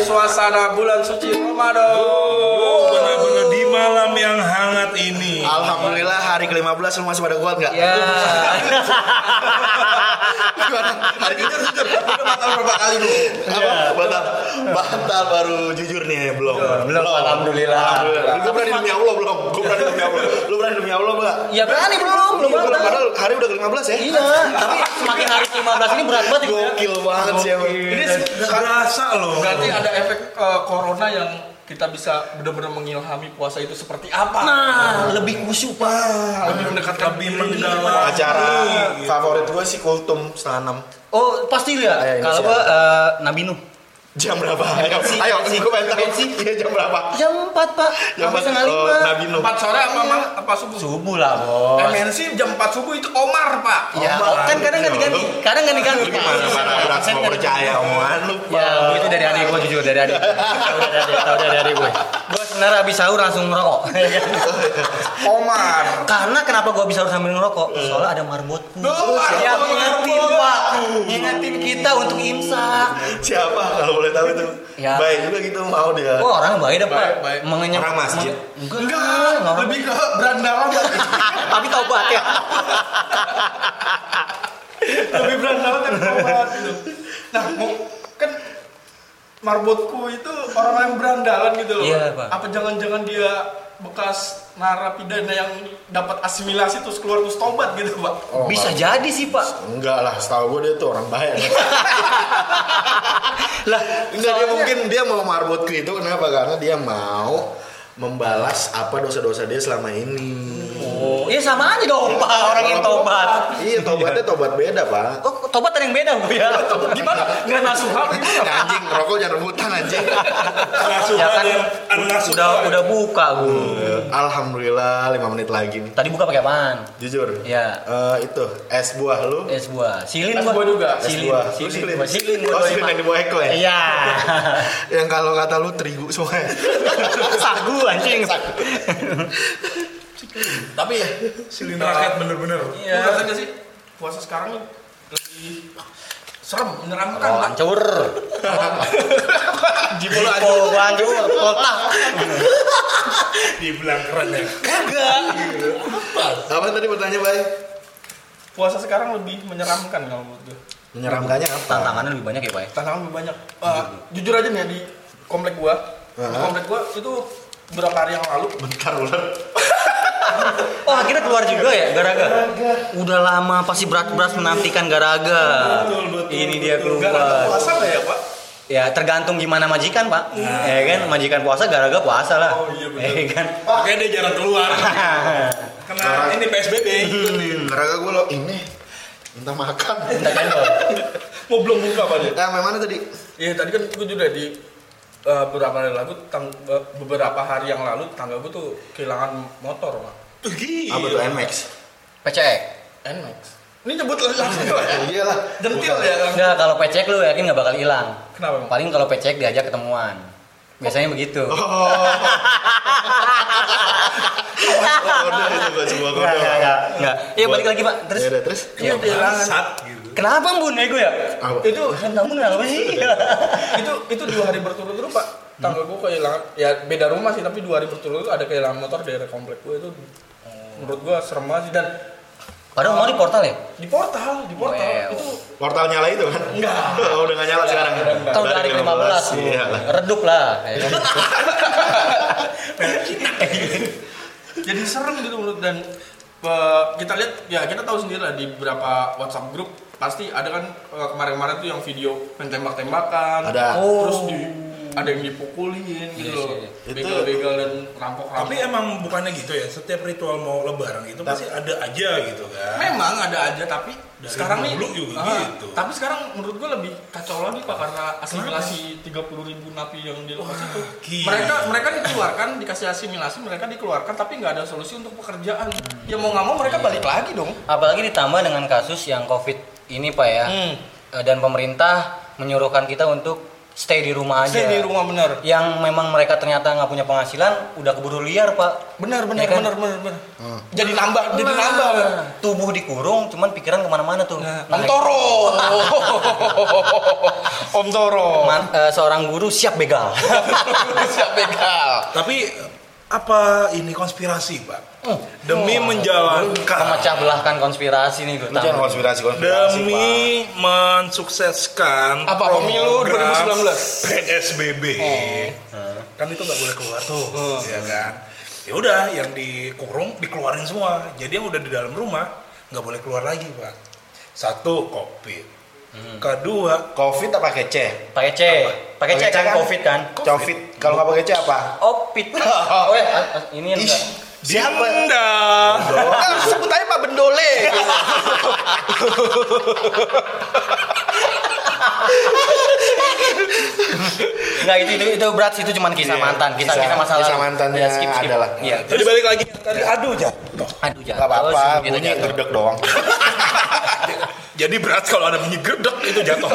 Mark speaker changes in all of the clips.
Speaker 1: suasana bulan suci Ramadan.
Speaker 2: Oh, benar-benar di malam yang hangat ini.
Speaker 3: Alhamdulillah hari ke-15 lu masih pada kuat nggak?
Speaker 1: Ya.
Speaker 3: Gimana? Hari ini jujur, udah batal berapa kali lu? Apa? Batal, batal baru jujur nih belum.
Speaker 1: Belum, alhamdulillah.
Speaker 3: Alhamdulillah. Gue berani demi Allah belum. Gue berani demi Allah. Lu berani demi Allah nggak?
Speaker 4: Ya berani belum, belum
Speaker 3: Iya, bener,
Speaker 4: batal.
Speaker 3: Padahal hari udah ke-15 ya.
Speaker 4: Iya, tapi semakin hari ke 15 ini berat banget ya.
Speaker 3: Gokil banget sih emang.
Speaker 2: Ini berasa loh.
Speaker 1: Berarti ada efek eh, corona yang kita bisa benar-benar mengilhami puasa itu seperti apa?
Speaker 4: Nah, lebih khusyuk, Pak.
Speaker 1: lebih mendekatkan
Speaker 2: lebih
Speaker 1: diri.
Speaker 2: mendalam.
Speaker 3: Acara
Speaker 2: Iya.
Speaker 3: favorit gue sih kultum setengah enam.
Speaker 4: Oh, pasti
Speaker 3: Ayo,
Speaker 4: lihat.
Speaker 3: ini
Speaker 4: Kalau
Speaker 3: siapa?
Speaker 4: gua eh, Nabi Nuh.
Speaker 3: Jam berapa? Ayo, ayo,
Speaker 4: pensi,
Speaker 3: gue pengen tahu.
Speaker 4: pensi.
Speaker 3: Iya jam berapa?
Speaker 4: Jam 4, Pak.
Speaker 3: Jam
Speaker 4: Sampai setengah
Speaker 3: oh,
Speaker 4: 5.
Speaker 3: Nabi Nuh.
Speaker 1: Empat sore apa mal apa subuh?
Speaker 4: Subuh lah, Bos.
Speaker 1: MNC jam 4 subuh itu Omar, Pak.
Speaker 4: Ya, kan kadang nggak diganti, kadang Iya. nggak diganti.
Speaker 3: Gimana mana berat mau percaya omongan lu?
Speaker 4: Ya, itu dari adik gue jujur dari adik. gua. Tahu dari adik, tahu dari adik gue. Gue sebenarnya habis sahur langsung ngerokok.
Speaker 1: Omar.
Speaker 4: Karena kenapa gue bisa harus sambil ngerokok? Soalnya ada Hmm. Oh, marbotku.
Speaker 1: Duh,
Speaker 4: yang
Speaker 1: ada
Speaker 4: ngingetin
Speaker 1: marbotku.
Speaker 4: pak, ngingetin kita untuk imsak.
Speaker 3: Siapa kalau boleh tahu itu?
Speaker 4: Ya.
Speaker 3: Baik juga gitu mau dia.
Speaker 4: Wah orang baik dah pak,
Speaker 1: Baik, baik.
Speaker 4: mengenyam.
Speaker 3: Orang masjid?
Speaker 4: Enggak, enggak, enggak orang.
Speaker 1: Lebih ke berandalan tadi.
Speaker 4: Tapi taubat ya.
Speaker 1: Lebih berandalan tapi Omar gitu. Nah, mau- kan marbotku itu orang yang berandalan gitu loh.
Speaker 4: Iya, Pak.
Speaker 1: Apa jangan-jangan dia bekas narapidana yang dapat asimilasi terus keluar terus tobat gitu, Pak?
Speaker 3: Oh,
Speaker 4: Bisa jadi sih pak.
Speaker 3: Enggak lah, setahu gue dia tuh orang bahaya.
Speaker 4: Lah,
Speaker 3: Enggak dia mungkin dia mau marbot ke itu kenapa? Karena dia mau membalas apa dosa-dosa dia selama ini.
Speaker 4: Oh, ya sama aja dong pak orang yang taubat.
Speaker 3: Iya, tobatnya tobat beda, Pak.
Speaker 4: Oh, taubat ada yang beda bu ya. Gimana?
Speaker 1: Enggak nasuhah
Speaker 3: Ya, anjing, rokok jangan rebutan anjing.
Speaker 2: Langsung
Speaker 4: Ya kan,
Speaker 2: langsung
Speaker 4: udah udah buka bu.
Speaker 3: Alhamdulillah 5 menit lagi nih.
Speaker 4: Tadi buka pakai apaan?
Speaker 3: Jujur.
Speaker 4: Iya.
Speaker 3: Eh, itu es buah lu.
Speaker 4: Es buah. Silin
Speaker 1: Es
Speaker 4: gua.
Speaker 1: buah juga. Es
Speaker 4: Silin.
Speaker 3: buah.
Speaker 4: Silin.
Speaker 3: Lu silin?
Speaker 4: gua. Silin gua
Speaker 3: Oh,
Speaker 4: doain,
Speaker 3: silin
Speaker 4: Pak.
Speaker 3: yang di bawah ekor ya?
Speaker 4: Iya.
Speaker 3: Yang kalau kata lu terigu semuanya.
Speaker 4: Sagu anjing.
Speaker 1: Tapi ya,
Speaker 2: Ini rakyat bener-bener.
Speaker 1: Iya. Lu ngerasa nggak sih puasa sekarang lebih serem menyeramkan
Speaker 4: Oh,
Speaker 1: lah.
Speaker 4: hancur.
Speaker 1: Jibo lu aja.
Speaker 4: Oh, hancur. Kotak.
Speaker 2: Dibilang keren ya.
Speaker 4: Kagak.
Speaker 3: apa tadi pertanyaan, Bay?
Speaker 1: Puasa sekarang lebih menyeramkan kalau menurut gue.
Speaker 3: Menyeramkannya apa?
Speaker 4: Tantangannya lebih banyak ya, Pak. ya?
Speaker 1: Tantangan lebih banyak.
Speaker 4: Iya.
Speaker 1: Eh, jujur aja nih ya, di komplek gua, di
Speaker 3: Heeh.
Speaker 1: komplek gua itu berapa hari yang lalu
Speaker 3: Bentar, ular.
Speaker 4: Oh, akhirnya keluar juga ya Garaga? Udah lama pasti berat-berat menantikan Garaga.
Speaker 2: Betul, betul,
Speaker 4: Ini dia
Speaker 1: gara-gara
Speaker 4: keluar.
Speaker 1: puasa nggak ya pak?
Speaker 4: Ya, tergantung gimana majikan, Pak. Ya kan, majikan puasa Garaga puasa lah.
Speaker 1: Oh, iya, benar.
Speaker 4: Ya kan.
Speaker 2: Makanya dia jarang keluar. Karena ini PSBB.
Speaker 4: Hmm.
Speaker 3: Karena gue lo ini minta makan.
Speaker 4: Kita cendol.
Speaker 1: Mau belum buka pak dia?
Speaker 3: Eh, memang tadi?
Speaker 1: Iya tadi kan gua juga di eh, beberapa hari lalu tang- eh, beberapa hari yang lalu tangga gua tuh kehilangan motor pak.
Speaker 4: Iya. Ah,
Speaker 3: Apa tuh MX?
Speaker 4: PCX.
Speaker 1: NMAX. Ini nyebut langsung Pak, ya?
Speaker 3: Iya lah.
Speaker 1: Jentil ya langsung.
Speaker 4: Enggak, kalau PCX lu yakin nggak bakal hilang.
Speaker 1: Kenapa? Bang?
Speaker 4: Paling kalau PCX diajak ketemuan. Biasanya begitu.
Speaker 3: Oh. Kode itu buat sebuah kode.
Speaker 4: Enggak, enggak, enggak. Enggak. Iya, balik lagi, Pak. Terus
Speaker 3: Ya udah, terus
Speaker 4: Iya,
Speaker 1: kehilangan.
Speaker 2: Sat gitu.
Speaker 4: kenapa Bun ego ya?
Speaker 3: apa?
Speaker 1: Itu
Speaker 4: Kamu kenapa sih?
Speaker 1: itu itu dua hari berturut-turut pak tangga gue kehilangan ya beda rumah sih tapi dua hari berturut-turut ada kehilangan motor daerah komplek gue itu Eh, menurut gue serem banget sih dan
Speaker 4: Padahal mau di portal ya?
Speaker 1: di portal di portal
Speaker 4: Well.
Speaker 1: itu
Speaker 3: Portal nyala itu kan?
Speaker 1: Enggak.
Speaker 3: Oh, udah nggak nyala sekarang.
Speaker 4: Tahu dari
Speaker 3: Dari
Speaker 4: 15.
Speaker 3: Iya lah.
Speaker 4: Redup lah. ya kan?
Speaker 1: jadi serem gitu menurut dan eh, kita lihat ya kita tahu sendiri lah di beberapa WhatsApp grup pasti ada kan eh, kemarin-kemarin tuh yang video mentembak-tembakan
Speaker 3: Ada.
Speaker 1: terus di
Speaker 2: Oh.
Speaker 1: ada yang dipukulin gitu
Speaker 4: Iya
Speaker 1: loh
Speaker 4: sih,
Speaker 3: iya.
Speaker 1: begal-begal dan rampok-rampok
Speaker 2: Tapi emang bukannya gitu ya, setiap ritual mau lebaran itu pasti ada aja gitu kan.
Speaker 1: Memang ada aja tapi
Speaker 2: Dari
Speaker 1: sekarang nih
Speaker 2: dulu juga
Speaker 1: Ah,
Speaker 2: gitu. kan
Speaker 1: Tapi sekarang menurut gua lebih kacau lagi Pak karena asimilasi 30 ribu napi yang dilepas itu.
Speaker 2: gila.
Speaker 1: Mereka mereka dikeluarkan dikasih asimilasi, mereka dikeluarkan tapi nggak ada solusi untuk pekerjaan. Ya mau nggak mau mereka balik lagi dong.
Speaker 4: Apalagi ditambah dengan kasus yang COVID ini Pak ya.
Speaker 1: Hmm.
Speaker 4: Eh, Dan pemerintah menyuruhkan kita untuk stay di rumah aja.
Speaker 1: Stay di rumah bener.
Speaker 4: Yang memang mereka ternyata nggak punya penghasilan, udah keburu liar pak.
Speaker 1: Bener bener
Speaker 4: Ya kan?
Speaker 1: bener bener bener. Jadi nambah, jadi nambah.
Speaker 4: Tubuh dikurung, cuman pikiran kemana-mana tuh.
Speaker 1: Nah, Om
Speaker 4: Mereka-
Speaker 1: Toro. Om Toro.
Speaker 4: Man- eh, seorang guru siap begal.
Speaker 1: Siap begal.
Speaker 2: Tapi apa ini konspirasi, Pak?
Speaker 4: Hmm.
Speaker 2: Demi menjalankan
Speaker 4: Memecah belahkan konspirasi nih
Speaker 3: Lu jangan
Speaker 4: Duta.
Speaker 3: konspirasi konspirasi.
Speaker 2: demi mensukseskan
Speaker 1: Apa, pemilu
Speaker 2: program
Speaker 1: 2019?
Speaker 2: PSBB. Oh. Kan itu nggak boleh keluar tuh, ya kan? Ya udah, yang dikurung dikeluarin semua. Jadi yang udah di dalam rumah nggak boleh keluar lagi, Pak. Satu, covid. Kedua,
Speaker 3: Pak. Covid apa pakai C?
Speaker 4: Pakai C, pakai C kan covid kan?
Speaker 3: Covid. Kalau nggak pakai C apa?
Speaker 4: Opit. Oh ya, ah, ah, ini yang
Speaker 3: Ih, siapa?
Speaker 2: denda.
Speaker 3: Nah, sebut aja Pak Bendole.
Speaker 4: Enggak itu, itu itu berat sih, itu cuman kisah
Speaker 3: Iya,
Speaker 4: mantan, kisah
Speaker 3: kisah-
Speaker 4: kisah masa lalu.
Speaker 3: kisah mantannya
Speaker 4: Ya, skip, skip.
Speaker 3: adalah.
Speaker 4: Iya.
Speaker 2: Jadi balik lagi Ya. tadi aduh jatuh.
Speaker 4: Aduh jatuh.
Speaker 3: Gak apa-apa,
Speaker 4: sih, gitu kita
Speaker 3: bunyi
Speaker 4: jatuh.
Speaker 3: gerdek doang.
Speaker 2: Jadi berat kalau ada bunyi gerdek itu jatuh.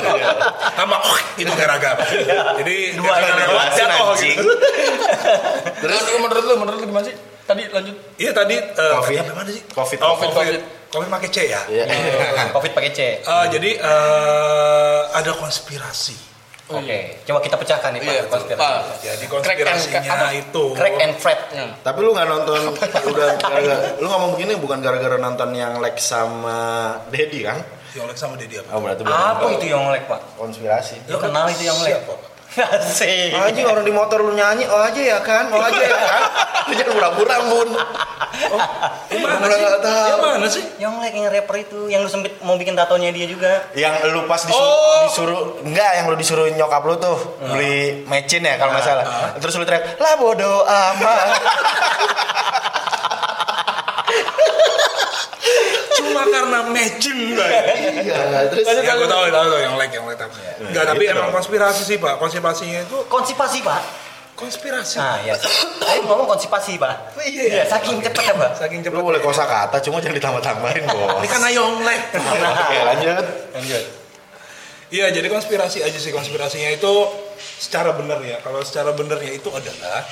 Speaker 2: Sama oh, itu gara-gara. Jadi
Speaker 4: Dua
Speaker 2: gara-gara
Speaker 4: yang lewat,
Speaker 2: Iya. jatuh
Speaker 4: anjing.
Speaker 2: gitu.
Speaker 1: Nah, Terus menurut lu, menurut lu gimana sih? Tadi lanjut.
Speaker 2: Iya tadi eh,
Speaker 3: Covid.
Speaker 2: tadi apa mana sih?
Speaker 3: Covid,
Speaker 2: Oh,
Speaker 1: Covid,
Speaker 2: Covid.
Speaker 1: Covid.
Speaker 2: Covid. pakai C ya.
Speaker 3: Iya.
Speaker 4: Covid pakai C.
Speaker 2: Eh, jadi eh, ada konspirasi.
Speaker 4: Oke, coba kita pecahkan nih Oh, iya. Pak Iya.
Speaker 1: Iya,
Speaker 4: konspirasi.
Speaker 1: Pak.
Speaker 2: Jadi
Speaker 1: Crack and- apa?
Speaker 2: konspirasinya itu.
Speaker 4: Crack and Fred.
Speaker 3: Tapi lu nggak nonton udah gara-gara lu ngomong begini bukan gara-gara nonton yang Lex sama Dedi kan?
Speaker 2: Diolek sama Dedi apa?
Speaker 3: Oh berarti bukan.
Speaker 4: Apa itu yang ngelek Pak?
Speaker 3: Konspirasi.
Speaker 4: Lo kenal itu yang ngelek?
Speaker 2: Siapa, Pak?
Speaker 4: Asik.
Speaker 3: Anjing orang di motor lu nyanyi, oh aja ya kan, oh aja ya kan. Lu jangan pura-pura bun.
Speaker 2: Yang mana
Speaker 3: Orang
Speaker 2: sih?
Speaker 3: nggak tahu.
Speaker 2: Yang mana sih?
Speaker 4: Yang ngelek yang rapper itu, yang lu sempit mau bikin tatonya dia juga.
Speaker 3: Yang lu pas disuruh, disuruh enggak yang lu disuruh nyokap lu tuh beli mecin ya kalau nggak salah. Terus lu teriak, lah bodo amat.
Speaker 2: Cuma karena matching Pak.
Speaker 3: iya, terus
Speaker 2: Ya, gue tahu, tahu, tahu yang like, yang like, tapi. Enggak, tapi
Speaker 3: gitu
Speaker 2: emang
Speaker 3: dong.
Speaker 2: konspirasi sih, Pak. Konspirasinya itu
Speaker 4: Konsipasi Pak.
Speaker 2: konspirasi.
Speaker 3: Ah.
Speaker 4: Nah, ya. Saya ngomong konsipasi Pak.
Speaker 2: Iya.
Speaker 4: Iya, saking cepet ya Pak.
Speaker 2: Saking
Speaker 3: lu
Speaker 2: cepat.
Speaker 3: boleh kosa kata cuma jangan ditambah-tambahin,
Speaker 4: kan
Speaker 3: Bos.
Speaker 2: Ini karena yang like.
Speaker 3: Oke, lanjut.
Speaker 4: Lanjut.
Speaker 2: Iya, jadi konspirasi aja sih konspirasinya itu secara benar ya. Kalau secara benarnya itu adalah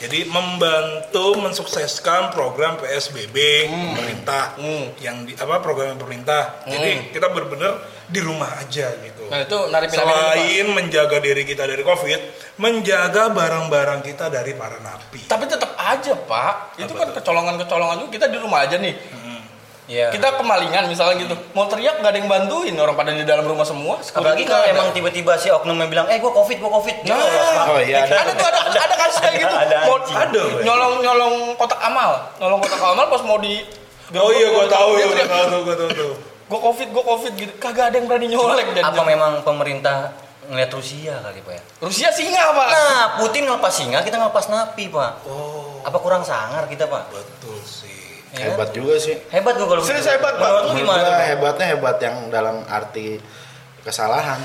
Speaker 2: jadi membantu mensukseskan program PSBB pemerintah yang di apa program pemerintah. Jadi kita benar-benar di rumah aja gitu.
Speaker 1: Nah, itu narik piramida itu, Pak.
Speaker 2: Selain menjaga diri kita dari Covid, menjaga barang-barang kita dari para napi.
Speaker 1: Tapi tetap aja pak, itu kan kecolongan-kecolongan juga kita di rumah aja nih.
Speaker 4: Iya.
Speaker 1: Kita kemalingan misalnya gitu, mau teriak nggak ada yang bantuin orang pada di dalam rumah semua. security
Speaker 4: Apalagi kalau
Speaker 1: nggak ada.
Speaker 4: emang tiba-tiba si oknumnya bilang, eh gua covid, gua covid. Dia
Speaker 1: Nah.
Speaker 4: lolos, Pak.
Speaker 3: Oh iya, ada.
Speaker 1: ada tuh ada ada kasus kayak gitu.
Speaker 4: Ada, ada
Speaker 1: mau,
Speaker 4: anjing.
Speaker 1: ada nyolong nyolong kotak amal, nyolong kotak amal pas mau di
Speaker 2: Oh iya, gue tahu,
Speaker 1: Dia
Speaker 2: ya, gue
Speaker 1: teriak,
Speaker 2: tahu, gue tahu, tuh.
Speaker 1: Gue covid, gue covid gitu. Kagak ada yang berani nyolek dan
Speaker 4: Apa memang pemerintah ngeliat Rusia kali Pak ya?
Speaker 1: Rusia singa pak.
Speaker 4: Nah, Putin ngelepas singa, kita ngelepas napi Pak.
Speaker 2: Oh,
Speaker 4: Apa kurang sangar kita Pak?
Speaker 2: betul sih.
Speaker 4: Iya kan?
Speaker 3: Hebat juga sih.
Speaker 4: Hebat gua kalau
Speaker 3: Serius
Speaker 4: begitu.
Speaker 3: hebat, Pak.
Speaker 4: Menurut lu
Speaker 3: Menurut
Speaker 4: gimana?
Speaker 3: gua
Speaker 4: Pak?
Speaker 3: hebatnya hebat yang dalam arti kesalahan.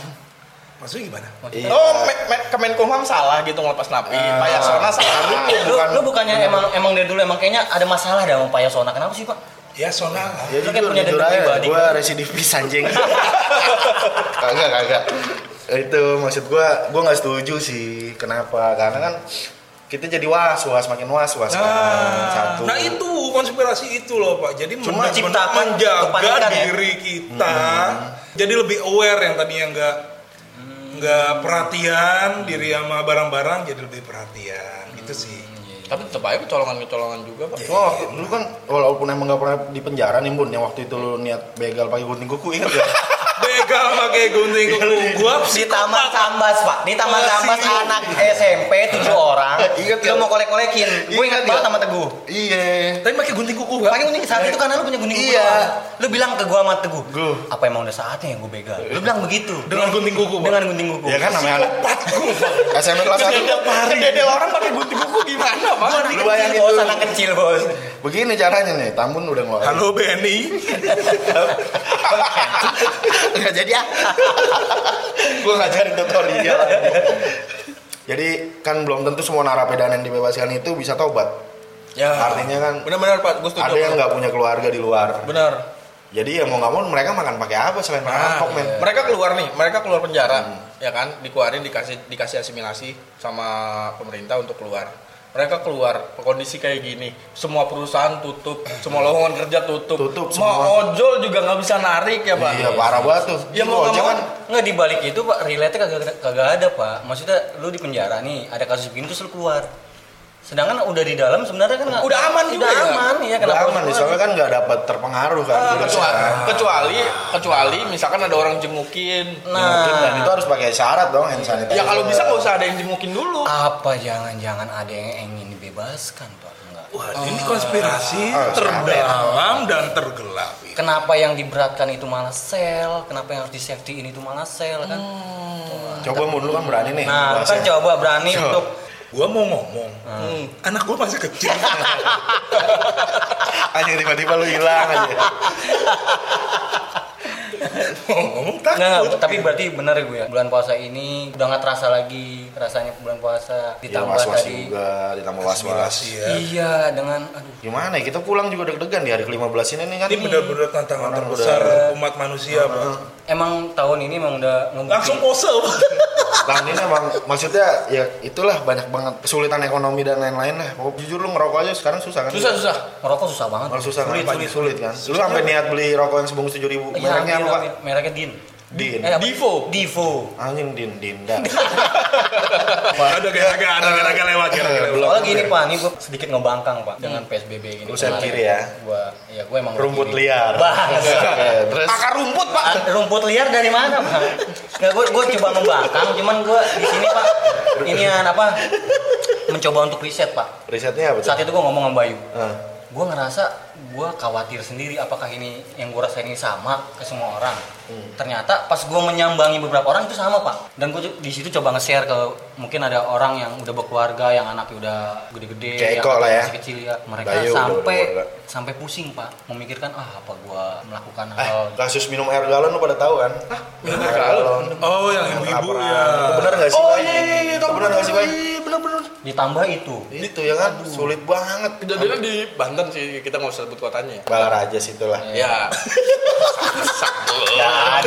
Speaker 2: Maksudnya gimana?
Speaker 3: Iya.
Speaker 1: Oh, Me- Me- Kemenkumham salah gitu ngelepas napi.
Speaker 3: Ah.
Speaker 1: Pak Yasona salah.
Speaker 4: Eh, lu, lu bukannya emang emang dari dulu emang kayaknya ada masalah dah sama Pak Yasona. Kenapa sih Pak?
Speaker 2: Ya sonala.
Speaker 3: Ya
Speaker 4: Lu kan
Speaker 3: jujur,
Speaker 4: punya
Speaker 3: jujur
Speaker 4: dendam
Speaker 3: aja,
Speaker 4: pribadi.
Speaker 3: gue residivis anjing Kagak, kagak Itu maksud gue, gue gak setuju sih Kenapa? Karena kan kita jadi was-was, makin was-was kan
Speaker 4: Ah.
Speaker 3: Satu
Speaker 2: Nah itu konspirasi itu loh Pak. Jadi Cuma
Speaker 4: Cuma menciptakan kepanikan
Speaker 2: menjaga
Speaker 4: ya. Hmm.
Speaker 2: diri kita. Jadi lebih aware yang tadinya nggak nggak perhatian diri sama barang-barang jadi lebih perhatian
Speaker 4: Hmm.
Speaker 2: gitu sih.
Speaker 1: Tapi tetap aja kecolongan-kecolongan juga pak.
Speaker 3: Cuma waktu, lu kan walaupun emang gak pernah di penjara nih bun Yang waktu itu lu niat begal pakai gunting kuku, ingat gak?
Speaker 2: Begal pakai gunting kuku gua
Speaker 4: Di Taman Sambas Pak, di Taman
Speaker 2: Masih.
Speaker 4: Sambas anak SMP 7 orang.
Speaker 3: Ingat
Speaker 4: Lu
Speaker 3: nggak?
Speaker 4: mau kolek-kolekin. Gue ingat
Speaker 3: Ingat
Speaker 4: banget
Speaker 3: nggak?
Speaker 4: sama Teguh.
Speaker 3: iya
Speaker 2: Tapi pakai gunting kuku
Speaker 4: Pakai gunting saat itu karena lu punya gunting kuku
Speaker 3: Iya.
Speaker 4: doang. Lu bilang ke gua sama Teguh,
Speaker 3: Gua.
Speaker 4: apa emang udah saatnya ya gua begal? Lu bilang begitu.
Speaker 2: dengan gunting kuku. Pak.
Speaker 4: Dengan gunting kuku.
Speaker 3: Iya. Ya kan namanya anak SMP kelas
Speaker 1: Iya.
Speaker 3: 1
Speaker 1: Kedel orang pakai gunting kuku gimana pak?
Speaker 3: Lu bayangin
Speaker 4: bos,
Speaker 3: dulu.
Speaker 4: anak kecil bos.
Speaker 3: Begini caranya nih, Tambun udah ngeluarin
Speaker 2: Halo Benny.
Speaker 3: Nggak jadi ah. gue ngajarin tutorial. jadi kan belum tentu semua narapidana yang dibebaskan itu bisa tobat.
Speaker 1: Ya.
Speaker 3: Artinya kan
Speaker 1: Benar-benar pak, gue setuju.
Speaker 3: ada yang nggak punya keluarga di luar.
Speaker 1: Benar. Nah,
Speaker 3: Jadi ya mau nggak mau mereka makan pakai apa selain merampok men?
Speaker 1: iya. Mereka keluar nih, mereka keluar penjara, ya kan dikeluarin dikasih dikasih asimilasi sama pemerintah untuk keluar mereka keluar kondisi kayak gini semua perusahaan tutup semua lowongan kerja tutup
Speaker 3: Tutup semua.
Speaker 1: mau ojol juga nggak bisa narik ya pak
Speaker 3: Iya, parah banget tuh.
Speaker 1: ya mau
Speaker 3: Gojek
Speaker 1: nggak mau
Speaker 3: kan
Speaker 4: Nggak dibalik itu pak, relate kagak kagak ada pak. Maksudnya lu di penjara nih, ada kasus begini terus lu keluar. Sedangkan udah di dalam sebenarnya kan nggak-
Speaker 1: Udah aman juga
Speaker 4: udah
Speaker 1: ya?
Speaker 4: aman ya
Speaker 3: nggak
Speaker 4: kenapa
Speaker 3: aman nih,
Speaker 4: harus keluar?
Speaker 3: soalnya kan nggak dapat terpengaruh kan.
Speaker 1: Ah,
Speaker 3: virusnya.
Speaker 1: kecuali kecuali kecuali misalkan ada orang jengukin
Speaker 3: Mungkin, dan itu
Speaker 4: Nah,
Speaker 3: harus pakai syarat dong hand sanitizer.
Speaker 1: ya kalau bisa nggak usah ada yang jengukin dulu
Speaker 4: apa jangan-jangan ada yang ingin dibebaskan pak? Enggak.
Speaker 2: Wah, ini konspirasi
Speaker 3: Ah,
Speaker 2: terdalam dan tergelap. ya.
Speaker 4: Kenapa yang diberatkan itu malah sel? Kenapa yang harus di safety ini itu malah sel kan?
Speaker 3: Hmm. Coba mun lu kan berani nih.
Speaker 4: Nah, lu kan
Speaker 3: bahasnya.
Speaker 4: coba berani
Speaker 3: iya. Coba.
Speaker 4: untuk
Speaker 2: Gua mau ngomong,
Speaker 4: Ah.
Speaker 2: anak gua masih kecil.
Speaker 3: Anjing tiba-tiba lu hilang aja.
Speaker 2: mau ngomong
Speaker 4: Nggak,
Speaker 2: takut.
Speaker 4: nggak, tapi berarti benar ya gue ya. Bulan puasa ini udah nggak terasa lagi rasanya bulan puasa
Speaker 3: Iya,
Speaker 4: ditambah
Speaker 3: was-was
Speaker 4: tadi.
Speaker 3: juga, ditambah was-was.
Speaker 2: Konspirasi ya.
Speaker 4: Iya, dengan aduh
Speaker 3: Gimana ya, kita pulang juga deg-degan di hari ke-15 ini nih kan.
Speaker 2: Ini benar-benar tantangan
Speaker 3: Orang
Speaker 2: terbesar
Speaker 3: udah-
Speaker 2: umat manusia, Pak.
Speaker 4: emang tahun ini emang udah ngebukti-
Speaker 2: Langsung pose. Pak.
Speaker 3: tahun ini emang maksudnya ya itulah banyak banget kesulitan ekonomi dan lain-lain lah. Pokok- jujur lu ngerokok aja sekarang susah kan?
Speaker 1: susah susah
Speaker 4: ngerokok susah banget.
Speaker 3: Kalau susah
Speaker 2: Sulit,
Speaker 3: sulit, sulit,
Speaker 2: sulit,
Speaker 3: sulit, kan? Lu sampai niat beli rokok yang sebungkus tujuh ribu.
Speaker 4: Iya,
Speaker 3: Mereknya
Speaker 4: hampir,
Speaker 3: apa pak?
Speaker 4: hampir. Mereknya Din.
Speaker 3: Din.
Speaker 4: Eh, apa?
Speaker 1: Divo.
Speaker 4: Divo.
Speaker 3: Anjing Din, Dinda.
Speaker 2: ada gara-gara, ada gara-gara lewat, gara-gara lewat.
Speaker 4: Soalnya gini pak, ini gue sedikit ngebangkang pak dengan PSBB gini.
Speaker 3: Lu sayap
Speaker 4: kemarin.
Speaker 3: Hmm. kiri ya?
Speaker 4: Gua, iya gue emang
Speaker 3: Rumput
Speaker 4: kiri.
Speaker 3: liar.
Speaker 4: Bangsa.
Speaker 3: Oke, Terus Iya.
Speaker 1: akar rumput pak
Speaker 4: Ah, rumput liar dari mana pak? Nggak, gue gue coba membangkang, cuman gue di sini pak, ini apa? Mencoba untuk riset pak.
Speaker 3: risetnya apa tuh?
Speaker 4: Saat itu gue ngomong sama Bayu,
Speaker 3: Eh,
Speaker 4: gue ngerasa gue khawatir sendiri apakah ini yang gue rasain ini sama ke semua orang
Speaker 3: Hmm.
Speaker 4: ternyata pas gue menyambangi beberapa orang itu sama pak dan gue di situ coba nge-share ke mungkin ada orang yang udah berkeluarga yang anaknya udah gede-gede
Speaker 3: Kayak
Speaker 4: yang
Speaker 3: Eko lah ya.
Speaker 4: masih kecil ya mereka
Speaker 3: Bayu udah
Speaker 4: sampai
Speaker 3: berkeluarga.
Speaker 4: sampai pusing pak memikirkan ah apa gue melakukan
Speaker 3: eh,
Speaker 4: hal
Speaker 3: kasus minum air galon lu pada tahu kan? Hah? Minum air galon.
Speaker 2: Oh, yang ibu-ibu ya.
Speaker 3: Itu benar enggak sih?
Speaker 1: oh
Speaker 3: Bay?
Speaker 1: iya iya iya
Speaker 3: Itu benar enggak sih, Bay?
Speaker 1: bener bener
Speaker 4: ditambah itu
Speaker 3: Itu ya kan sulit banget.
Speaker 1: kejadiannya di Banten sih kita nggak usah sebut kotanya ya
Speaker 3: Balaraja situ lah.
Speaker 1: ya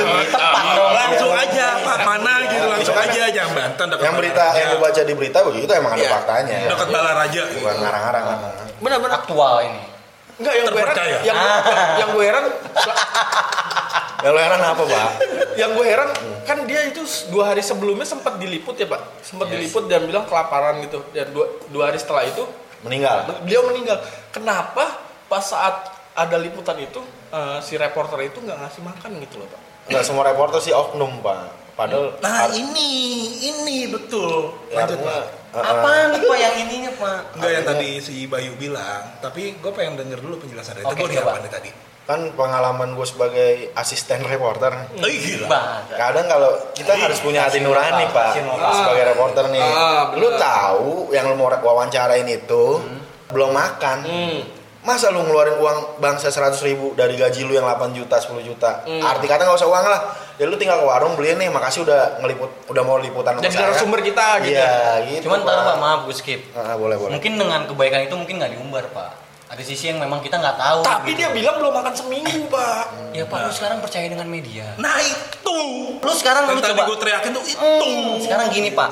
Speaker 2: Langsung aja, Pak. Mana gitu, langsung aja. Jangan Banten, dekat
Speaker 3: Yang berita
Speaker 2: Balaraja.
Speaker 3: yang lu baca di berita begitu emang ada
Speaker 1: Iya.
Speaker 3: faktanya.
Speaker 2: Dekat Balaraja.
Speaker 3: Bukan ngarang-ngarang. kan?
Speaker 1: bener bener
Speaker 4: aktual ini
Speaker 1: Enggak yang gue heran,
Speaker 2: Terpercaya. Ah.
Speaker 1: yang, yang gue heran,
Speaker 3: Ya lu heran apa, Pak?
Speaker 1: yang gue heran kan dia itu dua hari sebelumnya sempat diliput ya pak, sempat diliput dan bilang kelaparan gitu dan dua, dua hari setelah itu
Speaker 3: Meninggal.
Speaker 1: beliau meninggal. Kenapa pas saat ada liputan itu eh, si reporter itu nggak ngasih makan gitu loh pak?
Speaker 3: Enggak semua reporter sih oknum, Pak. Padahal
Speaker 2: Nah,
Speaker 3: har-
Speaker 1: iya.
Speaker 2: ini, ini betul.
Speaker 3: ya,
Speaker 2: Lanjut,
Speaker 3: harusnya-
Speaker 2: Pak.
Speaker 3: Heeh.
Speaker 4: apaan nih, pak yang ininya pak
Speaker 2: Enggak
Speaker 3: iya.
Speaker 2: yang tadi si Bayu bilang, tapi gue pengen denger dulu penjelasan dari itu.
Speaker 4: Oke,
Speaker 2: Gue
Speaker 4: coba.
Speaker 2: diapain nih tadi?
Speaker 3: kan pengalaman gue sebagai asisten reporter
Speaker 2: Eh,
Speaker 3: Iya.
Speaker 2: gila.
Speaker 4: Bah,
Speaker 3: kadang kalau kita harus punya hati nurani pak
Speaker 4: Kasih nurani.
Speaker 3: sebagai reporter nih
Speaker 1: Ah, Hmm. bener.
Speaker 3: lu tahu yang lu mau wawancarain itu belum makan
Speaker 1: Hmm.
Speaker 3: masa lu ngeluarin uang bangsa 100 ribu dari gaji lu yang 8 juta 10 juta
Speaker 1: Hmm.
Speaker 3: arti kata nggak usah uang lah ya lu tinggal ke warung beliin nih makasih udah ngeliput udah mau liputan sama
Speaker 1: Jadi
Speaker 3: saya.
Speaker 1: narasumber kita, gitu.
Speaker 3: iya gitu
Speaker 4: cuman taruh pak maaf gue skip
Speaker 3: Ah, boleh boleh
Speaker 4: mungkin dengan kebaikan itu mungkin nggak diumbar pak ada sisi yang memang kita nggak tahu
Speaker 1: Tapi
Speaker 4: gitu.
Speaker 1: dia bilang belum makan seminggu pak.
Speaker 4: ya pak lu sekarang percaya dengan media
Speaker 2: Nah, itu.
Speaker 4: lu
Speaker 1: Nah,
Speaker 4: sekarang
Speaker 2: Yang
Speaker 4: lu
Speaker 2: tadi
Speaker 4: coba
Speaker 2: gue teriakin tuh itu.
Speaker 4: sekarang gini pak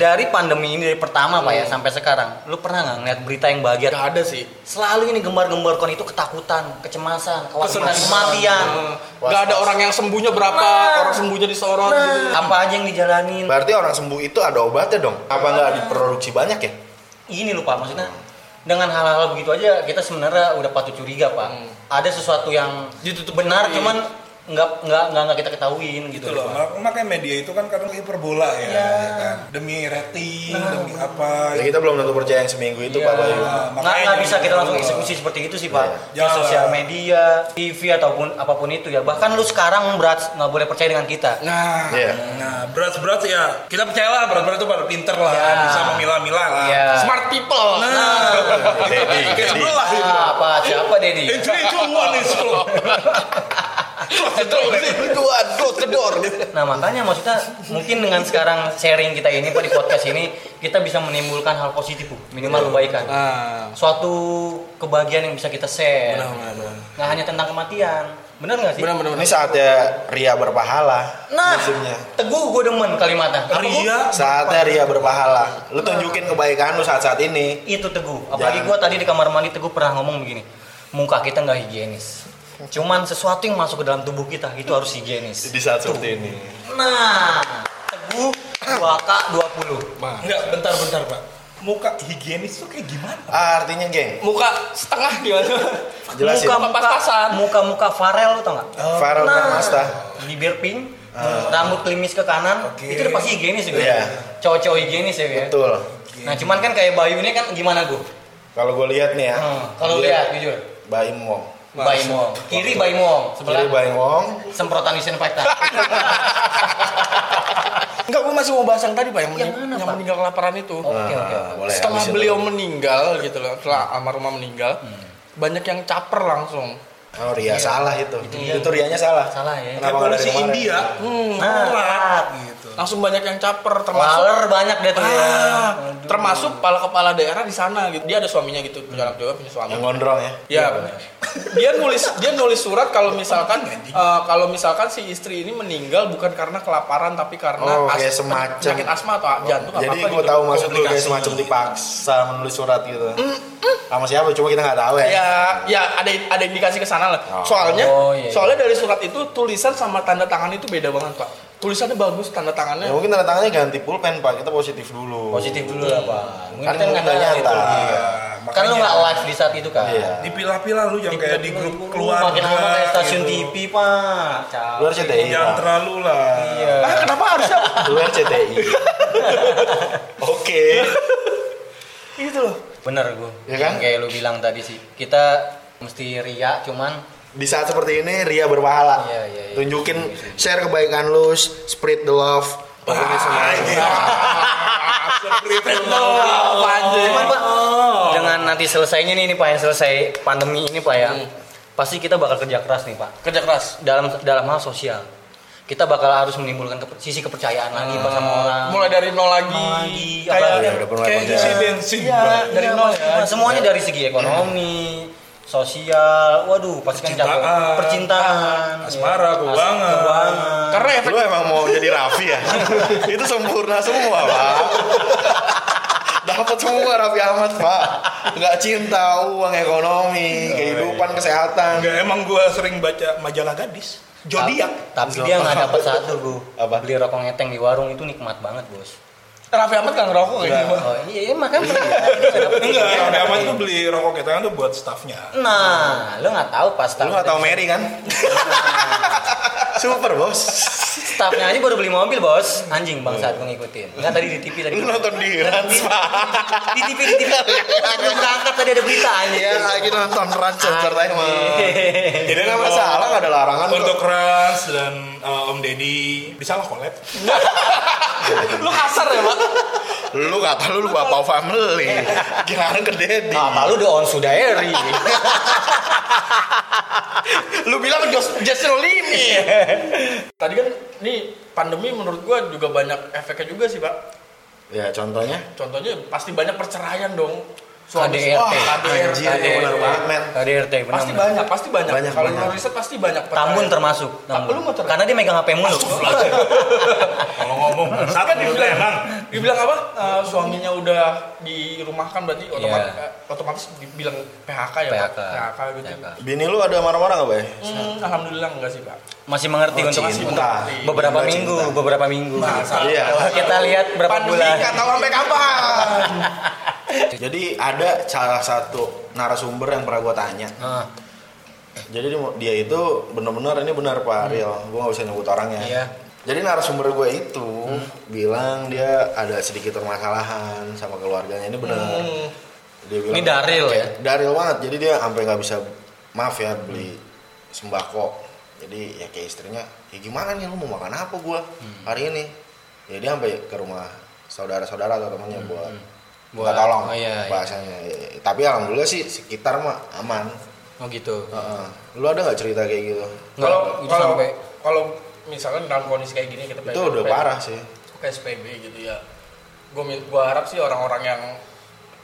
Speaker 4: dari pandemi ini dari pertama pak ya sampai sekarang lu pernah nggak ngeliat berita yang bahagia
Speaker 1: Gak ada sih.
Speaker 4: selalu ini gembar-gembarkan itu ketakutan kecemasan kekhawatiran
Speaker 2: Kesedihan.
Speaker 4: kematian
Speaker 1: Hmm. Gak ada orang yang sembuhnya berapa,
Speaker 4: Nah.
Speaker 1: orang sembuhnya disorot gitu.
Speaker 4: apa aja yang dijalanin
Speaker 3: berarti orang sembuh itu ada obatnya dong apa nggak diproduksi banyak ya
Speaker 4: ini lupa maksudnya dengan hal-hal begitu aja kita sebenarnya udah patut curiga pak ada sesuatu yang
Speaker 1: Ditutup
Speaker 4: benar
Speaker 1: tutupi.
Speaker 4: cuman nggak nggak nggak nggak kita ketahuin gitu,
Speaker 2: Gitu loh,
Speaker 4: Pak.
Speaker 2: mak- makanya media itu kan kadang hiperbola ya, ya kan? demi rating, demi apa.
Speaker 3: Ya, kita belum tentu percaya yang seminggu itu
Speaker 1: Iya.
Speaker 3: pak Bayu
Speaker 2: Nah,
Speaker 4: Nggak-
Speaker 2: makanya
Speaker 4: nggak bisa
Speaker 2: jangan
Speaker 4: kita langsung
Speaker 2: dibawa.
Speaker 4: eksekusi seperti itu sih pak di
Speaker 2: Jangan.
Speaker 4: sosial media TV ataupun apapun itu ya bahkan lu sekarang berat nggak boleh percaya dengan kita
Speaker 2: Nah,
Speaker 3: Iya.
Speaker 2: nah berat-berat ya. Kita percaya lah, berat-berat itu pada pinter lah,
Speaker 4: Ya.
Speaker 2: bisa memilah-milah lah.
Speaker 4: Iya.
Speaker 1: Smart people.
Speaker 2: Nah,
Speaker 3: Dedi,
Speaker 2: kayak
Speaker 3: Dedi.
Speaker 4: Nah,
Speaker 2: sebelah.
Speaker 4: Iya. Ah, apa siapa Dedi
Speaker 2: Itu itu one is
Speaker 1: gitu.
Speaker 3: Tuan, door to door.
Speaker 4: Nah makanya maksudnya mungkin dengan sekarang sharing kita ini Pak di podcast ini kita bisa menimbulkan hal positif Bu. minimal kebaikan.
Speaker 1: Nah,
Speaker 2: Ah,
Speaker 4: Suatu kebahagiaan yang bisa kita share.
Speaker 2: benar, benar, benar.
Speaker 4: Nggak hanya tentang kematian. Benar nggak sih?
Speaker 1: benar benar
Speaker 3: Ini saatnya Ria berpahala
Speaker 4: Nah,
Speaker 3: musimnya.
Speaker 4: teguh gue demen kalimatnya. Apa, Bu?
Speaker 2: Ria,
Speaker 3: Saatnya Ria berpahala. Lu tunjukin kebaikan lu saat-saat ini.
Speaker 4: itu teguh apalagi
Speaker 3: Jangan.
Speaker 4: gua tadi di kamar mandi teguh pernah ngomong begini muka kita nggak higienis cuman sesuatu yang masuk ke dalam tubuh kita itu harus higienis
Speaker 3: Di saat seperti ini.
Speaker 4: nah teguh 2K 20
Speaker 1: Nah,
Speaker 2: Enggak, bentar-bentar pak. Muka higienis tuh kayak gimana?
Speaker 3: Ah, artinya geng.
Speaker 1: muka setengah gimana
Speaker 3: Jelasin. Oh,
Speaker 4: muka muka muka muka Farel lu tau nggak Nah,
Speaker 3: Farel Pramasta.
Speaker 4: bibir pink rambut klimis ke kanan
Speaker 2: Oke.
Speaker 4: itu udah pasti higienis ya Gue.
Speaker 3: Iya.
Speaker 4: cowok-cowok higienis ya Gue.
Speaker 3: Betul.
Speaker 4: nah cuman kan kayak Bayu ini kan gimana gua
Speaker 3: Kalau gue lihat nih ya.
Speaker 4: Hmm, kalau
Speaker 3: dia
Speaker 4: lihat jujur
Speaker 3: Baim Wong.
Speaker 4: Bayi Mong kiri Bayi Mong
Speaker 3: Kiri
Speaker 4: sebelah
Speaker 3: Baim Wong.
Speaker 4: semprotan disinfektan
Speaker 1: enggak gua masih mau bahas yang tadi pak yang,
Speaker 4: Yang
Speaker 1: mening-
Speaker 4: mana,
Speaker 1: yang
Speaker 4: Pak?
Speaker 1: meninggal kelaparan itu
Speaker 4: oke oke
Speaker 3: Ah, boleh.
Speaker 1: setelah
Speaker 3: habis itu.
Speaker 1: beliau meninggal gitu loh setelah almarhumah meninggal banyak yang caper langsung
Speaker 3: Oh, Ria salah itu.
Speaker 4: Iya.
Speaker 3: Itu Rianya salah.
Speaker 4: salah ya
Speaker 3: Kenapa nggak dari
Speaker 2: polisi
Speaker 3: kemarin?
Speaker 2: India.
Speaker 1: hmm,
Speaker 4: Nah,
Speaker 1: telat.
Speaker 4: telat.
Speaker 2: Gitu.
Speaker 1: langsung banyak yang caper termasuk
Speaker 4: Waler banyak dia tuh ya.
Speaker 1: Ah, termasuk kepala kepala daerah di sana gitu dia ada suaminya gitu punya anak juga punya suami
Speaker 3: Yang gondrong ya.
Speaker 1: ya dia nulis dia nulis surat kalau misalkan eh, kalau misalkan si istri ini meninggal bukan karena kelaparan tapi karena
Speaker 3: Oh,
Speaker 1: as-
Speaker 3: kayak semacam-
Speaker 1: penyakit asma atau jantung apa
Speaker 3: Jadi
Speaker 1: apa gitu.
Speaker 4: gitu.
Speaker 3: gue tahu maksud lu kayak semacam dipaksa menulis surat gitu. Sama siapa? Cuma kita nggak tahu ya.
Speaker 4: Iya,
Speaker 1: ya ya ada ada indikasi ke sana lah
Speaker 3: Oh.
Speaker 1: soalnya
Speaker 4: Oh, iya, iya.
Speaker 1: soalnya dari surat itu tulisan sama tanda tangan itu beda banget pak tulisannya bagus tanda
Speaker 3: Ya
Speaker 1: tangannya
Speaker 3: mungkin tanda tangannya ganti pulpen pak. Kita positif dulu.
Speaker 4: Positif dulu lah pak. Mungkin
Speaker 3: Kan
Speaker 4: nggak
Speaker 3: nggak
Speaker 4: tahu
Speaker 3: nyata.
Speaker 4: itu.
Speaker 3: Iya,
Speaker 4: Kan lu nggak live di saat itu kan.
Speaker 3: Iya.
Speaker 2: Nah, Dipilah-pilah lu yang kayak Iya, di grup keluarga.
Speaker 4: Makin lama kayak stasiun
Speaker 2: gitu.
Speaker 4: TV pak.
Speaker 3: Lu harus
Speaker 4: Capek.
Speaker 3: CTI.
Speaker 2: Jangan
Speaker 3: Pak.
Speaker 2: terlalu lah.
Speaker 4: Iya.
Speaker 1: ah kenapa harusnya
Speaker 3: Lu harus CTI. Oke.
Speaker 1: itu
Speaker 3: Gitu
Speaker 1: loh
Speaker 4: Bener gua.
Speaker 3: Iya kan?
Speaker 4: Yang Kayak lu bilang tadi sih. Kita mesti ria cuman
Speaker 3: Di saat seperti ini Ria berpahala.
Speaker 4: Iya, iya, iya.
Speaker 3: Tunjukin share kebaikan lu, spread the love. Pokoknya semua.
Speaker 2: iya.
Speaker 1: oh,
Speaker 4: Cuman pak, dengan nanti selesainya nih, nih pak yang selesai pandemi ini pak ya, pasti kita bakal kerja keras nih pak.
Speaker 1: kerja keras
Speaker 4: Dalam dalam hal sosial, kita bakal harus menimbulkan keper- sisi kepercayaan lagi pak sama orang.
Speaker 1: Ah. Eh, mulai dari nol lagi,
Speaker 4: Nol lagi,
Speaker 1: kayak
Speaker 4: apalagi
Speaker 3: Ya, udah pernah
Speaker 2: Kayak
Speaker 3: kerja.
Speaker 2: isi bensin.
Speaker 1: Iya,
Speaker 2: Bang.
Speaker 1: dari
Speaker 4: Iya,
Speaker 1: nol
Speaker 4: Mas.
Speaker 1: ya
Speaker 4: Nah, semuanya dari segi ekonomi, sosial, waduh pasti kan
Speaker 2: Percintaan.
Speaker 4: capek. Percintaan,
Speaker 2: Asmara, keuangan.
Speaker 4: keuangan.
Speaker 1: karena efek
Speaker 3: Lu emang mau jadi Raffi ya? Itu sempurna semua, Pak. Dapat semua Raffi Ahmad, Pak. Nggak cinta, uang,
Speaker 4: Iya,
Speaker 3: ekonomi, kehidupan, kesehatan.
Speaker 2: Enggak, emang gua sering baca majalah gadis. Zodiak.
Speaker 4: iya. Tapi dia nggak dapat satu bu.
Speaker 3: Apa?
Speaker 4: Beli rokok ngeteng di warung itu nikmat banget bos.
Speaker 1: Raffi Ahmad kan ngerokok kayak gitu
Speaker 4: Oh iya, iya makanya.
Speaker 2: Enggak,
Speaker 4: Iya.
Speaker 2: Raffi Ahmad tuh beli rokok ketangan tuh buat staffnya.
Speaker 4: Nah, lo nggak tahu pas
Speaker 3: Lu nggak tahu Mary kan? Super, Bos.
Speaker 4: Staffnya aja baru beli mobil bos, anjing bangsat gue ngikutin. Nggak tadi di TV tadi.
Speaker 3: Lu nonton di Rans, Pak.
Speaker 4: Di TV di TV. Belum berangkat tadi ada berita anjing.
Speaker 3: Iya, lagi nonton Rans ceritanya mah.
Speaker 4: Hehehe.
Speaker 3: Jadi nggak masalah, nggak ada larangan. kok.
Speaker 2: Untuk Rans dan eh, Om Deddy bisa lah collab.
Speaker 1: lu kasar ya pak
Speaker 3: Lu kata lu, lu bapak family. Gimana ke Dedi?
Speaker 4: Nah, malu udah on Sudairi.
Speaker 1: lu bilang just, just your limit. tadi kan nih pandemi menurut gua juga banyak efeknya juga sih pak
Speaker 3: Ya, contohnya?
Speaker 1: contohnya pasti banyak perceraian dong
Speaker 4: KDRT.
Speaker 1: Wah,
Speaker 3: Anjir, iya.
Speaker 1: KDRT.
Speaker 3: benar banget, men.
Speaker 4: KDRT benar.
Speaker 1: pasti banyak pasti banyak,
Speaker 3: Banyak, Ah,
Speaker 1: kalau
Speaker 3: banyak.
Speaker 1: lu riset pasti banyak
Speaker 4: Tambun
Speaker 1: perceraian.
Speaker 4: termasuk.
Speaker 1: Tambun.
Speaker 4: Tambun.
Speaker 1: Lu mau terang?
Speaker 4: Karena dia megang HP mulu.
Speaker 2: Kalau ngomong satu
Speaker 1: Kan
Speaker 2: menurut
Speaker 1: dibilang,
Speaker 2: emang.
Speaker 1: dibilang apa? Eh, suaminya udah dirumahkan berarti otomatis, otomatis dibilang PHK ya
Speaker 4: PHK.
Speaker 1: Pak? PHK gitu.
Speaker 4: PHK.
Speaker 3: Bini lu ada marah-marah nggak, Bay?
Speaker 1: Hmm, alhamdulillah enggak sih Pak.
Speaker 4: Masih mengerti
Speaker 3: Oh,
Speaker 4: untuk,
Speaker 3: cinta.
Speaker 4: untuk beberapa
Speaker 3: Cinta,
Speaker 4: minggu,
Speaker 3: cinta.
Speaker 4: beberapa minggu.
Speaker 3: Iya.
Speaker 4: Kita lihat berapa
Speaker 1: Pandemi
Speaker 4: bulan.
Speaker 1: nggak tahu sampai kapan.
Speaker 3: Jadi ada salah satu narasumber yang pernah gue tanya.
Speaker 4: Nah,
Speaker 3: Jadi dia- dia itu benar-benar ini benar Pak Ariel. Gue nggak bisa nyebut orangnya.
Speaker 4: Iya.
Speaker 3: Jadi narasumber gue itu bilang dia ada sedikit permasalahan sama keluarganya ini benar. Dia bilang,
Speaker 4: Ini Daril ya?
Speaker 3: Daril banget. Jadi dia sampai nggak bisa maaf ya beli sembako. Jadi ya kayak istrinya, ya gimana nih lu mau makan apa gue hari ini? Ya dia sampai ke rumah saudara-saudara atau temannya buat
Speaker 4: Buat-
Speaker 3: buat tolong
Speaker 4: oh iya, iya.
Speaker 3: bahasanya. Ya, Tapi alhamdulillah sih sekitar mah aman.
Speaker 4: Oh gitu.
Speaker 3: Heeh. Lu ada nggak cerita kayak gitu?
Speaker 1: Kalau
Speaker 4: Nggak, itu
Speaker 1: kalau
Speaker 4: sampai-
Speaker 1: kalau misalkan dalam kondisi kayak gini kita
Speaker 3: Itu udah parah sih.
Speaker 1: PSBB gitu ya. Gue gua harap sih orang-orang yang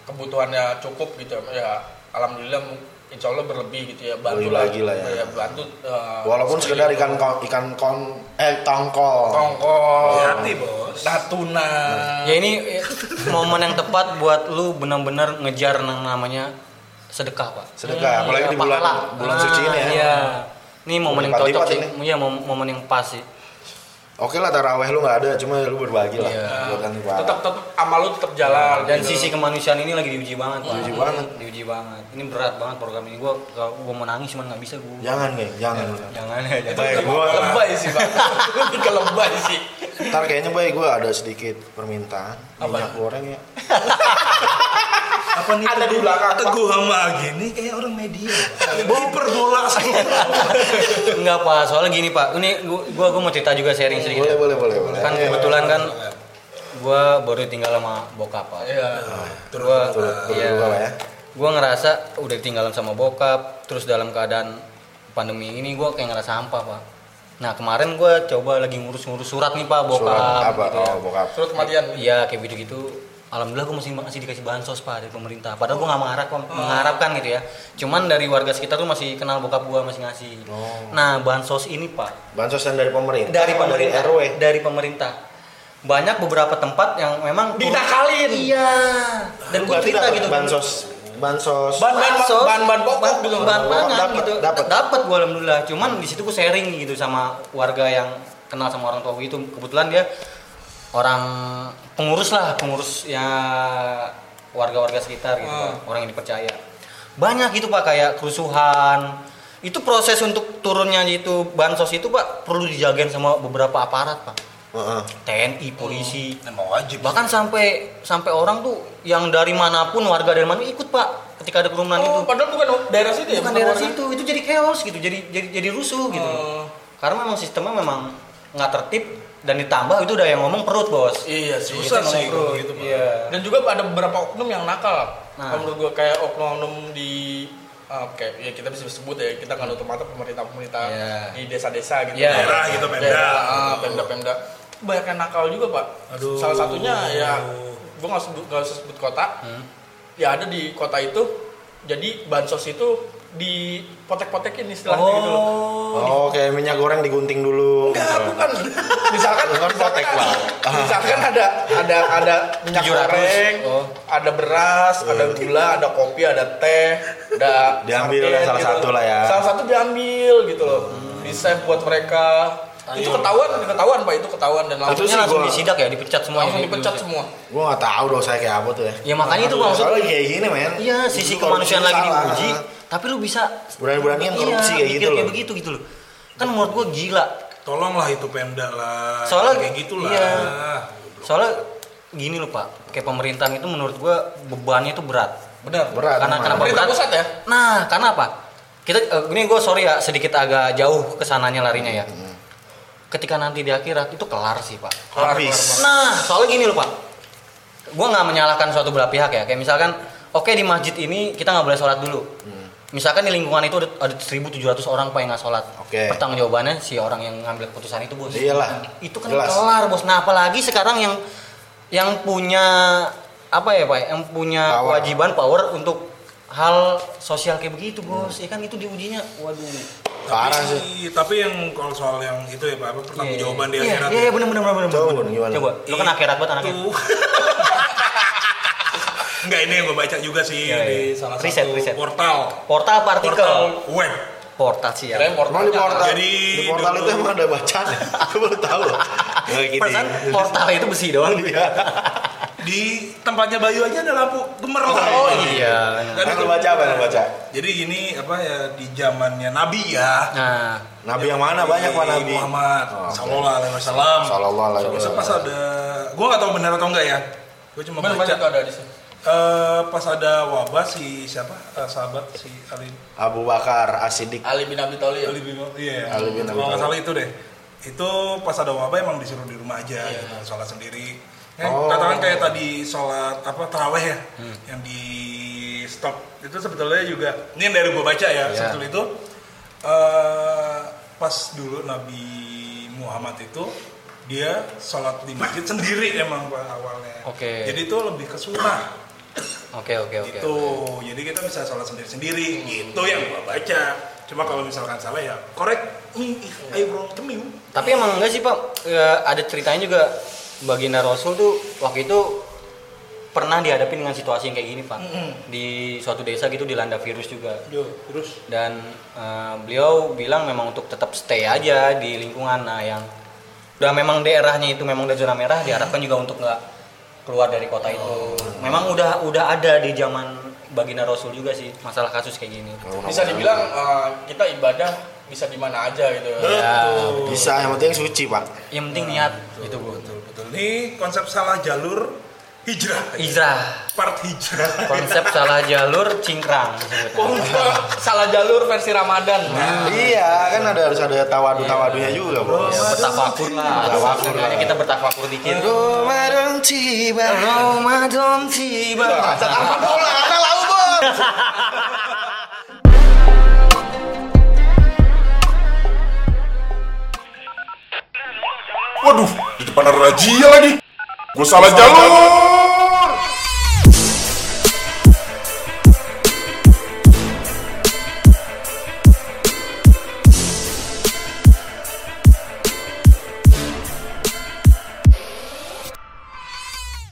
Speaker 1: kebutuhannya cukup gitu ya alhamdulillah mu- insya Allah berlebih gitu ya bantu
Speaker 3: Lebih lagi lah ya.
Speaker 1: bantu eh,
Speaker 3: Walaupun sekedar
Speaker 1: sekitar-
Speaker 3: ikan kon, ikan kon, eh tongkol.
Speaker 1: tongkol
Speaker 2: Iya, Hati bos.
Speaker 1: Natuna
Speaker 4: Ya ini eh, momen yang tepat buat lu benar-benar ngejar yang namanya sedekah, Pak. Iya,
Speaker 3: Sedekah, apalagi di bulan
Speaker 4: Pahala.
Speaker 3: bulan
Speaker 4: Ah,
Speaker 3: suci ini ya.
Speaker 4: Iya. Ini momen yang
Speaker 3: Lipat-lipat
Speaker 4: cocok sih.
Speaker 3: ini.
Speaker 4: Iya, mom- momen yang pas sih.
Speaker 3: Oke lah taraweh lu nggak ada, cuma lu berbagi lah.
Speaker 4: Iya.
Speaker 3: Buat nanti parah.
Speaker 1: tetap tetap amal lu tetap jalan
Speaker 4: Dan
Speaker 1: gitu.
Speaker 4: sisi kemanusiaan ini lagi diuji banget, Pak.
Speaker 3: Diuji banget.
Speaker 4: Diuji banget. Ini berat banget program ini. Gua gua gua mau nangis cuman nggak bisa gua.
Speaker 3: Jangan geng, jangan.
Speaker 4: Jangan ya, jangan.
Speaker 3: Ya. Baik, gua
Speaker 1: lebay sih pak lebih ke lebay sih
Speaker 3: ntar kayaknya boy gue ada sedikit permintaan
Speaker 1: Apa?
Speaker 3: minyak goreng ya.
Speaker 2: Apa nih?
Speaker 1: Ada di
Speaker 2: teguh-
Speaker 1: belakang, Pak.
Speaker 2: Teguh sama gini kayak orang media. Hiperbola semua.
Speaker 4: Enggak, Pak. Soalnya gini, Pak. Ini gua gua, gua mau cerita juga sharing sedikit.
Speaker 3: Iya, Boleh, boleh, boleh, boleh. Iya,
Speaker 4: kan
Speaker 3: Ayo.
Speaker 4: kebetulan kan gua baru tinggal sama bokap pak
Speaker 1: Iya.
Speaker 4: terus gua
Speaker 3: turut- turut
Speaker 4: iya.
Speaker 3: duka lah ya.
Speaker 4: gua ngerasa udah tinggalan sama bokap terus dalam keadaan pandemi ini gua kayak ngerasa hampa pak nah kemarin gua coba lagi ngurus-ngurus surat nih pak bokap
Speaker 3: Surat apa?
Speaker 4: gitu ya.
Speaker 3: Oh, bokap.
Speaker 1: surat kematian
Speaker 4: Iya kayak gitu-gitu. Alhamdulillah gue masih masih dikasih bansos pak dari pemerintah. Padahal gue nggak mengharap
Speaker 1: Hmm.
Speaker 4: mengharapkan gitu ya. Cuman dari warga sekitar tuh masih kenal bokap gue masih ngasih.
Speaker 3: Oh.
Speaker 4: Nah bansos ini pak
Speaker 3: Bansos yang dari pemerintah.
Speaker 4: dari
Speaker 3: apa
Speaker 4: pemerintah
Speaker 3: RW.
Speaker 4: dari pemerintah banyak beberapa tempat yang memang
Speaker 1: Dinakalin.
Speaker 4: Iya. Dan gue
Speaker 3: Berarti
Speaker 4: cerita
Speaker 3: dapat
Speaker 4: gitu.
Speaker 3: bansos bansos.
Speaker 1: Ban- ban-
Speaker 4: Bansos,
Speaker 1: ban- ban pokok gitu.
Speaker 4: Ban pangan
Speaker 3: Dapat,
Speaker 4: gitu.
Speaker 3: dapat.
Speaker 4: Dapat gue alhamdulillah. Cuman di situ gue sharing gitu sama warga yang kenal sama orang tua gue itu. Kebetulan dia orang pengurus lah, pengurus ya warga-warga sekitar gitu,
Speaker 1: Hmm.
Speaker 4: Pak. orang yang dipercaya. Banyak gitu Pak kayak kerusuhan. Itu proses untuk turunnya itu bansos itu Pak perlu dijagain sama beberapa aparat, Pak.
Speaker 3: Heeh.
Speaker 4: TNI, polisi,
Speaker 1: Hmm.
Speaker 2: Emang wajib.
Speaker 4: bahkan sampai sampai orang tuh yang dari manapun warga dari mana ikut pak ketika ada kerumunan
Speaker 1: oh,
Speaker 4: itu
Speaker 1: padahal bukan daerah situ
Speaker 3: Iya,
Speaker 1: ya
Speaker 4: bukan daerah
Speaker 1: warga.
Speaker 4: situ itu jadi chaos gitu jadi jadi jadi rusuh gitu
Speaker 1: Oh.
Speaker 4: karena memang sistemnya memang nggak tertib dan ditambah itu udah yang ngomong perut bos
Speaker 1: iya sih
Speaker 2: Susah
Speaker 4: Itu yang
Speaker 2: sih
Speaker 4: ngomong
Speaker 2: kalau
Speaker 4: perut.
Speaker 2: gitu, Pak.
Speaker 4: iya
Speaker 1: dan juga ada beberapa oknum yang nakal
Speaker 4: Nah.
Speaker 1: kalau menurut gua kayak oknum-oknum di ah, oke ya kita bisa sebut ya kita nggak nutup mata pemerintah-pemerintah
Speaker 4: Iya.
Speaker 1: di desa-desa gitu
Speaker 4: Iya.
Speaker 2: Daerah gitu, Pemda.
Speaker 1: Daerah, ah, Pemda-Pemda banyak yang nakal juga pak
Speaker 2: Aduh.
Speaker 1: salah satunya ya gua nggak sebut nggak usah sebut kota
Speaker 4: Hmm.
Speaker 1: ya ada di kota itu jadi bansos itu di potek-potekin istilahnya gitu loh
Speaker 4: oh
Speaker 3: Oh, kayak minyak goreng digunting dulu.
Speaker 1: Enggak, bukan. Misalkan
Speaker 3: Bukan
Speaker 1: misalkan,
Speaker 3: potek, Pak.
Speaker 1: misalkan ada ada ada minyak
Speaker 4: 700.
Speaker 1: goreng,
Speaker 4: Oh.
Speaker 1: ada beras, ada
Speaker 3: Oh.
Speaker 1: gula, ada kopi, ada teh, ada gitu.
Speaker 3: Diambil lah salah satu lah ya.
Speaker 1: Salah satu diambil gitu loh. Di save buat mereka. Itu ketahuan, ketahuan Pak, itu ketahuan dan
Speaker 3: Itu
Speaker 1: langsung
Speaker 3: sih
Speaker 4: Maksudnya langsung
Speaker 3: gua-
Speaker 4: disidak ya dipecat semua
Speaker 1: langsung dipecat semua.
Speaker 3: Gua nggak tahu dosanya kayak apa tuh ya.
Speaker 4: ya makanya itu gua maksud
Speaker 3: Soalnya kayak gini men.
Speaker 4: iya sisi
Speaker 3: Itu kalau
Speaker 4: kemanusiaan
Speaker 3: dulu
Speaker 4: lagi
Speaker 3: salah.
Speaker 4: diuji tapi lu bisa Iya,
Speaker 3: Berani-beranian korupsi kayak
Speaker 4: mikir
Speaker 3: gitu
Speaker 4: kayak
Speaker 3: loh.
Speaker 4: begitu gitu loh kan menurut gua gila
Speaker 2: Tolonglah itu Pemda lah.
Speaker 4: Soalnya-
Speaker 2: kayak gitulah.
Speaker 4: iya. soalnya gini loh pak kayak pemerintahan itu menurut gua bebannya itu berat
Speaker 1: Benar.
Speaker 3: Berat.
Speaker 4: karena
Speaker 3: emang.
Speaker 4: kenapa
Speaker 1: Pemerintah
Speaker 4: berat?
Speaker 1: pusat ya?
Speaker 4: Nah, karena apa? Kita eh, ini gue sorry ya sedikit agak jauh kesananya larinya ya.
Speaker 3: Hmm.
Speaker 4: Ketika nanti di akhirat itu kelar sih pak.
Speaker 3: Habis.
Speaker 4: Nah, soalnya gini loh pak, gue nggak menyalahkan suatu belah pihak ya. Kayak misalkan, oke di masjid ini kita nggak boleh sholat dulu.
Speaker 3: Hmm.
Speaker 4: Misalkan di lingkungan itu ada, ada 1.700 orang pak yang nggak sholat.
Speaker 3: Oke.
Speaker 4: Pertanggung jawabannya si orang yang ngambil keputusan itu bos.
Speaker 3: Iyalah.
Speaker 4: Itu kan
Speaker 3: Jelas.
Speaker 4: kelar bos. Nah, apalagi sekarang yang yang punya apa ya pak? Yang punya
Speaker 3: Power.
Speaker 4: kewajiban power untuk hal sosial kayak begitu bos. Ya kan itu diujinya. Waduh.
Speaker 3: Parah sih.
Speaker 2: Tapi, tapi yang kalau soal yang itu ya Pak, apa pertanggung jawaban di akhirat.
Speaker 4: Iya,
Speaker 2: ya. Iya.
Speaker 4: Iya, iya benar benar benar.
Speaker 3: Coba, gimana?
Speaker 4: Coba, lu kan akhirat buat anaknya.
Speaker 2: Tuh. Enggak ini yang gue baca juga sih
Speaker 4: Iya,
Speaker 2: di
Speaker 4: iya.
Speaker 2: salah
Speaker 4: Riset,
Speaker 2: satu
Speaker 4: riset.
Speaker 2: portal.
Speaker 4: Portal apa artikel?
Speaker 2: Portal web.
Speaker 4: Portal sih ya.
Speaker 1: Kirain
Speaker 3: Iya. Emang di portal,
Speaker 2: Jadi-
Speaker 3: di portal itu emang ada bacaan. Gue baru tahu.
Speaker 4: Iya,
Speaker 3: Nggak gitu.
Speaker 4: Perasaan portal itu besi doang.
Speaker 2: Di tempatnya Bayu aja ada lampu gemerlap.
Speaker 3: Oh,
Speaker 4: iya.
Speaker 2: Dan
Speaker 3: Kan
Speaker 2: itu-
Speaker 3: lu baca apa yang lu baca?
Speaker 2: Jadi gini apa ya di zamannya Nabi ya.
Speaker 4: Nah,
Speaker 3: Nabi yang mana banyak pak
Speaker 2: Nabi
Speaker 3: Nabi?
Speaker 2: Muhammad
Speaker 3: Oh, oke.
Speaker 2: Sallallahu alaihi wasallam.
Speaker 3: Sallallahu alaihi
Speaker 2: Terus
Speaker 3: wasallam.
Speaker 2: pas ada gue gak tahu benar atau enggak ya. Gue cuma
Speaker 1: Benar
Speaker 2: baca.
Speaker 1: banyak ada di sini.
Speaker 2: Eh, pas ada wabah si siapa? Eh, sahabat si Ali
Speaker 3: Abu Bakar Asidik.
Speaker 1: Ali bin Abi
Speaker 4: ya?
Speaker 1: Thalib.
Speaker 2: Ali bin iya
Speaker 3: Ali bin Abi
Speaker 2: kalau
Speaker 3: Thalib.
Speaker 2: nggak salah itu deh itu pas ada wabah emang disuruh di rumah aja
Speaker 4: Iya.
Speaker 2: gitu sholat sendiri kan
Speaker 3: Oh.
Speaker 4: Hmm.
Speaker 2: katakan kayak tadi sholat apa taraweh ya yang di stop itu sebetulnya juga ini yang dari gue baca ya
Speaker 4: Iya.
Speaker 2: sebetulnya itu eh, pas dulu Nabi Muhammad itu dia sholat di masjid sendiri emang pak awalnya
Speaker 4: Oke.
Speaker 2: jadi itu lebih ke sunnah
Speaker 4: Oke oke oke.
Speaker 2: gitu jadi kita bisa sholat sendiri sendiri gitu yang gue baca cuma kalau misalkan salah ya korek me if I wrong to you.
Speaker 4: Iya. Tapi emang enggak sih Pak, Ya, ada ceritanya juga Baginda Rasul tuh waktu itu pernah dihadapin dengan situasi yang kayak gini Pak.
Speaker 2: Mm-mm.
Speaker 4: Di suatu desa gitu dilanda virus juga.
Speaker 2: Duh, terus
Speaker 4: Dan eh, beliau bilang memang untuk tetap stay aja di lingkungan nah yang udah memang daerahnya itu memang udah zona merah diharapkan juga untuk nggak keluar dari
Speaker 2: Oh.
Speaker 4: kota itu. Memang udah udah ada di zaman Baginda Rasul juga sih masalah kasus kayak gini.
Speaker 2: Oh.
Speaker 1: Bisa dibilang eh, kita ibadah bisa di mana aja gitu.
Speaker 3: Iya.
Speaker 4: ah.
Speaker 2: betul
Speaker 3: bisa yang penting suci pak
Speaker 4: Yang penting niat gitu
Speaker 2: Nah,
Speaker 4: Bu.
Speaker 2: betul betul ini konsep salah jalur hijrah
Speaker 4: Izrah.
Speaker 2: part hijrah
Speaker 4: Iya. konsep salah jalur cingkrang
Speaker 2: Oh,
Speaker 4: disebutnya.
Speaker 1: Salah jalur versi Ramadan.
Speaker 3: iya kan ada harus ada tawadu tawadunya juga bro
Speaker 4: ya, bertafakur lah
Speaker 3: Bertafakur lah.
Speaker 4: Makanya kita bertafakur dikit
Speaker 3: Ramadan tiba
Speaker 4: Ramadan tiba
Speaker 3: Bola ada lau bos
Speaker 5: Waduh, di depan ada razia lagi. Gue salah jalur.